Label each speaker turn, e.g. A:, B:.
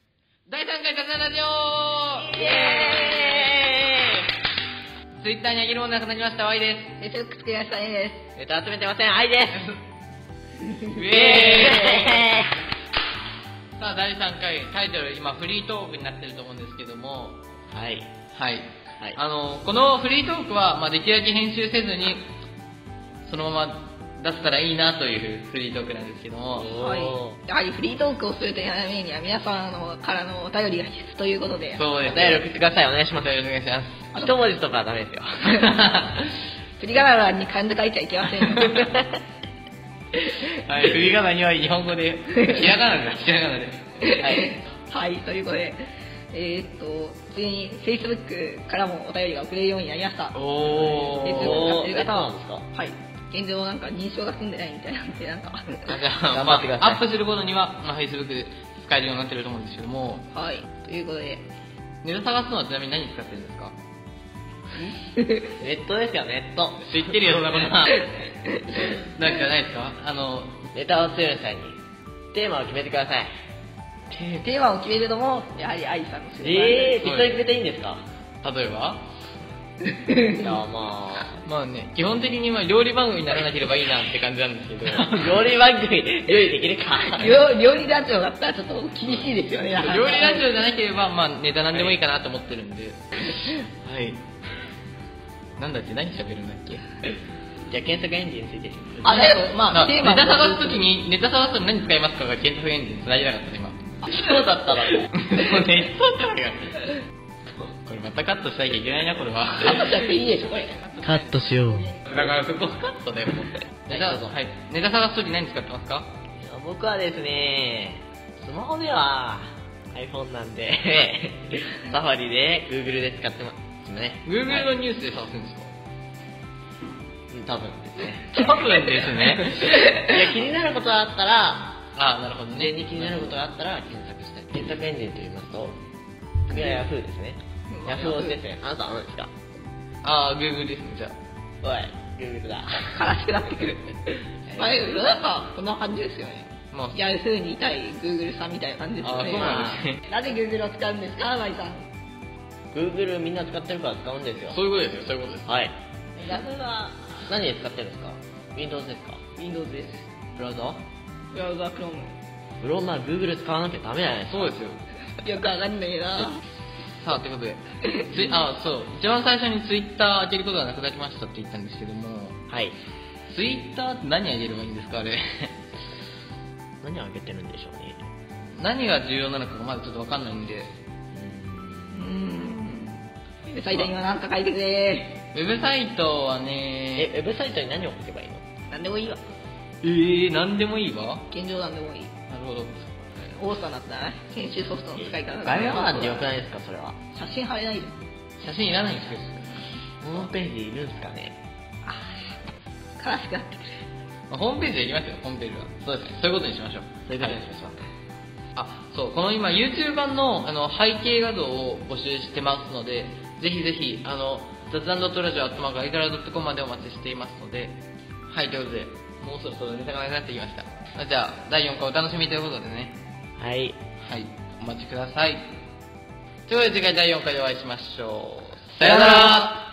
A: ちゃちゃちゃラジオ
B: イエ
A: ーイツイッターにあげるものなくなりました、ワイで。
B: えとくつくやさんいです
A: ネタ集めてません、アイです。イ
B: す。
A: エーイさあ、第3回、タイトル、今、フリートークになってると思うんですけども、
C: はい。
A: はい。
C: はい
A: あの、このフリートークは、まあ、できるだけ編集せずに、そのまま出せたらいいなというフリートークなんですけども、
B: はい
C: おー
B: やはりフリートークをするというためには皆さんのからのお便りが必須ということで
A: そうで
C: お
A: す。
C: 便り送ってください。お願いし
A: お
C: ます。
A: 便りお願いしま
C: 一文字とかはダメですよ。
A: す。
B: 振り仮名に漢字書いちゃいけませんよ
A: はい、振り仮名には日本語で、ひらがなです、ひらがなで。はい。
B: はいということでえーっとついに Facebook からもお便りが送れるようになりました
A: お
B: Facebook
A: ー。
B: 使ってる方
C: おーえそう
B: は
C: なん
B: はい現状なんか認証が済んでないみたいなんでなんか
A: じ ゃあ、
C: 頑
A: ま
C: 張ってください
A: あ、アップすることには、まあ、Facebook で使えるようになってると思うんですけども、
B: はいということで
A: ネタ探すのはちなみに何使ってるんですか
C: ネットですよ、ネット。
A: 知ってるよ、そん なことは。なんかないですかあの、
C: ネタを作る際に、テーマを決めてください。
B: テーマを決めるのもやはり愛さんのする
C: えー、
A: そう
C: 適
A: です
C: 当に決めていいんですか
A: 例えば
C: いや、ま
A: まあね、基本的にまあ料理番組にならなければいいなって感じなんですけ ど、
C: あ、料理番組、料理できるか。
B: 料料理団長だったらちょっと厳しいですよね
A: 料理ラジオじゃなければ、まあ、ネタなんでもいいかなと思ってるんで。はい。なんだっけ、何喋るんだっけ。
C: じゃあ、検索エンジンついてる。
B: あだけどまあテ
A: ネ
B: ーマ
A: タ探すときに、ネタ探すのに何使いますかが検索エンジンに繋げなかったね、今。
C: そうだったらね。
A: もうネットだから。これまたカットしなきゃいけないな、これは。
B: あとじゃいいでしょこれ
C: カットしよう。
A: だからそこカットだよ、もう。ネタ、はい。ネタ探すとき何使ってますか
C: いや僕はですねスマホでは iPhone なんでサファリで Google で使ってますね
A: ?Google
C: は
A: の
C: い
A: ニュースで探すんですか
C: うん多分ですね
A: 多分ですね。
C: いや気になることがあったら
A: あ、なるほど
C: 事
A: ね。
C: 前に気になることがあったら検索したい検索エンジンと言いますと僕は Yahoo ですね Yahoo 推しですねあなたは何ですか
A: あ、Google ですね、じゃあ。
C: おい Google だ
B: 悲しくなってくるまあ世の中こんな感じですよね
A: まあ、
B: ヤフーにいたい Google さんみたいな感じですよ
A: あ
B: ね
A: そうなんですね
B: なぜ Google を使うんですかマイさん
C: Google みんな使ってるから使うんですよ
A: そういうことですよ、そういうことです。
C: はい
B: ヤフーは
C: 何で使ってるんですか Windows ですか
B: Windows です
C: ブラウザ
B: ブラウザ Chrome
C: ブローマー Google 使わなきゃダメだね
A: そうですよ。
B: よくわかんないな
A: さあ、という ことで、ツイあ、そう、一番最初にツイッター開けることがなくなりましたって言ったんですけども、
C: はい
A: ツイッターって何あげればいいんですか、あれ。
C: 何をあげてるんでしょうね
A: 何が重要なのかがまだちょっとわかんないんで、
B: うーんウェブサイトには何か書いてくれ
A: ウェブサイトはね、
C: えウェブサイトに何を書けばいいの
B: 何でもいいわ
A: えー、何でもいいわ。
B: 現状何でもいい
A: なるほど。
B: オーサーだったら編集ソフトの使い方
C: 概要欄でよくないですかそれは
B: 写真貼れないで
A: 写真いらないんですけど、
C: ホームページいるんですかね
B: 悲しくなってくる
A: まあホームページでいきますよ、ホームページは。そうですね、そういうことにしましょう。
C: そういうことにしましょう
A: あ、そう、この今 YouTube 版のあの背景画像を募集してますので、ぜひぜひ、あの、雑談ドットラジオアットマークアイカラドットコムまでお待ちしていますので、はい、ということで、もうそろそろネタがなくなってきました。まあじゃあ、第4回お楽しみということでね、
C: はい
A: はい、お待ちください。ということで次回第4回でお会いしましょう。さよなら